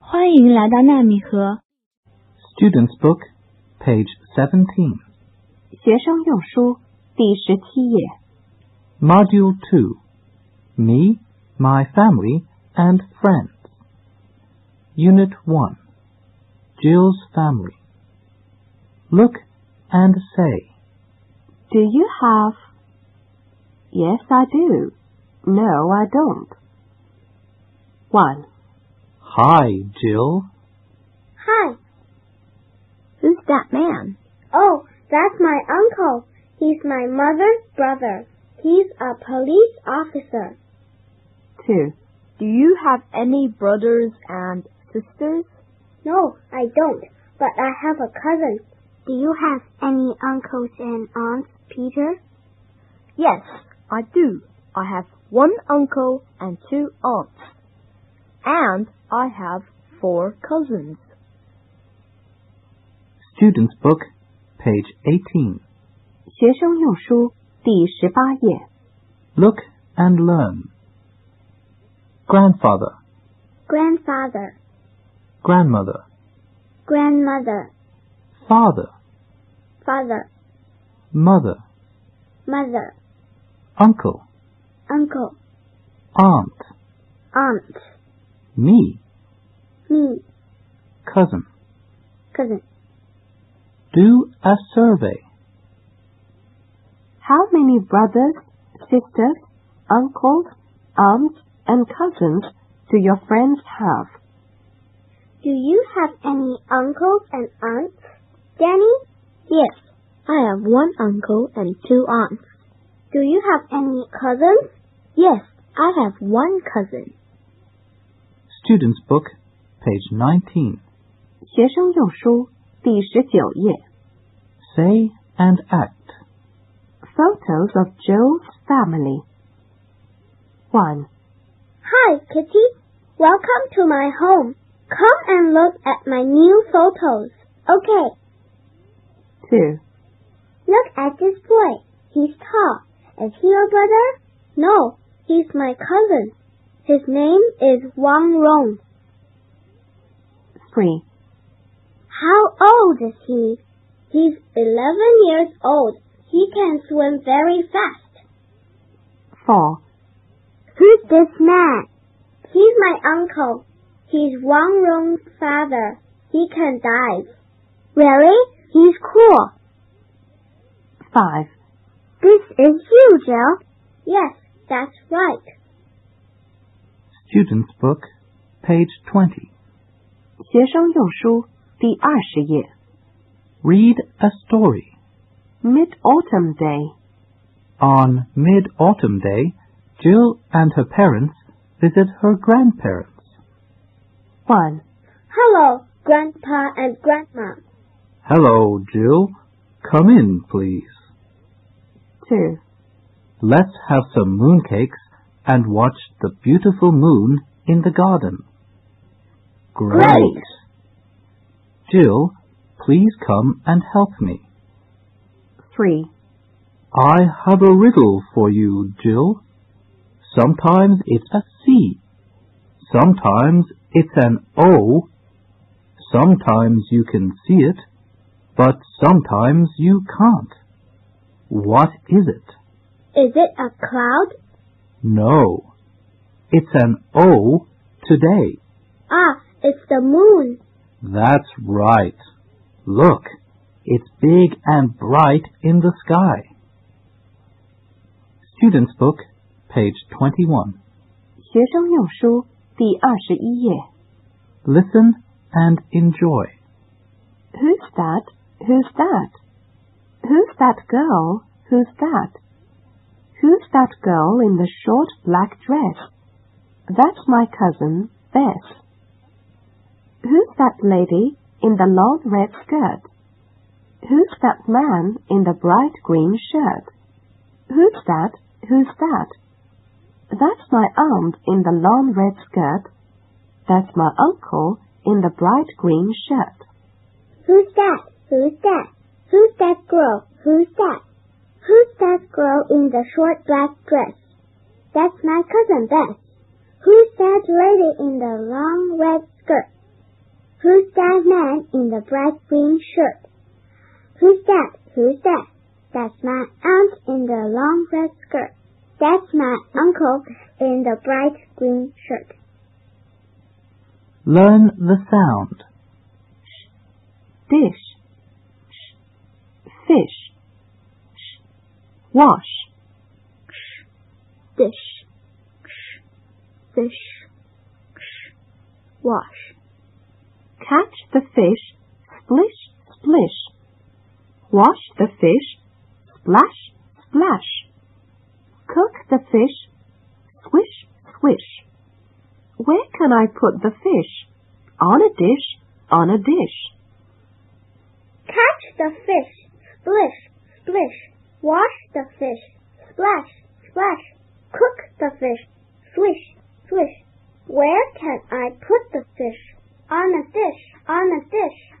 欢迎来到纳米河 Student's Book, page 17, 学生用书第十七页。 Module 2. Me, my family, and friends. Unit 1. Jill's family. Look and say, Do you have? Yes, I do. No, I don't. One. Hi, Jill. Hi. Who's that man? Oh, that's my uncle. He's my mother's brother. He's a police officer. Two. Do you have any brothers and sisters? No, I don't, but I have a cousin. Do you have any uncles and aunts, Peter? Yes, I do. I have one uncle and two aunts. And I have four cousins. Student's Book, page 18. 学生用书第十八页。 Look and learn. Grandfather, Grandfather, grandmother, grandmother, father, father, mother, mother, uncle, uncle, aunt, aunt, me, me, cousin. cousin. Do a survey. How many brothers, sisters, uncles, aunts, and cousins do your friends have? Do you have any uncles and aunts, Danny? Yes, I have one uncle and two aunts. Do you have any cousins? Yes, I have one cousin. Student's Book, page 19. 学生用书第十九页。 Say and act. Photos of Joe's family. One. Hi, Kitty. Welcome to my home. Come and look at my new photos. Okay, Two. look at this boy. He's tall. Is he your brother? No, he's my cousin. His name is Wang Rong. Three. How old is he? He's 11 years old. He can swim very fast. Four. Who's this man? He's my uncle. He's Wang Rong's father. He can dive. Really? He's cool. Five. This is you, Jill. Yes, that's right. Student's Book, page 20. 学生用书第二十页。 Read a story. Mid Autumn Day. On Mid Autumn Day, Jill and her parents visit her grandparents. One. Hello, Grandpa and Grandma. Hello, Jill. Come in, please. Two. Let's have some mooncakes and watch the beautiful moon in the garden. Great. Jill, please come and help me. Three. I have a riddle for you, Jill. Sometimes it's a C. Sometimes it's an O. Sometimes you can see it, but sometimes you can't. What is it? Is it a cloud? No. It's an O today. Ah, it's the moon. That's right. Look, it's big and bright in the sky. Student's Book, page 21. 学生用书第二十一页。 Listen and enjoy. Who's that? Who's that? Who's that girl? Who's that? Who's that girl in the short black dress? That's my cousin, Bess. Who's that lady in the long red skirt? Who's that man in the bright green shirt? Who's that? Who's that? That's my aunt in the long red skirt. That's my uncle in the bright green shirt. Who's that? Who's that? Who's that girl? Who's that? Who's that girl in the short black dress? That's my cousin Beth. Who's that lady in the long red skirt? Who's that man in the bright green shirt? Who's that? Who's that? That's my aunt in the long red skirt. That's my uncle in the bright green shirt. Learn the sound. dish, sh, fish, sh, wash, Dish. Fish. Wash. catch the fish, splish, splish, wash the fish, splash, splash, cook the fish, swish, swish. Where can I put the fish? On a dish, on a dish. Catch the fish. Splish. Splish. Wash the fish. Splash. Splash. Cook the fish. Swish. Swish. Where can I put the fish? On a dish. On a dish.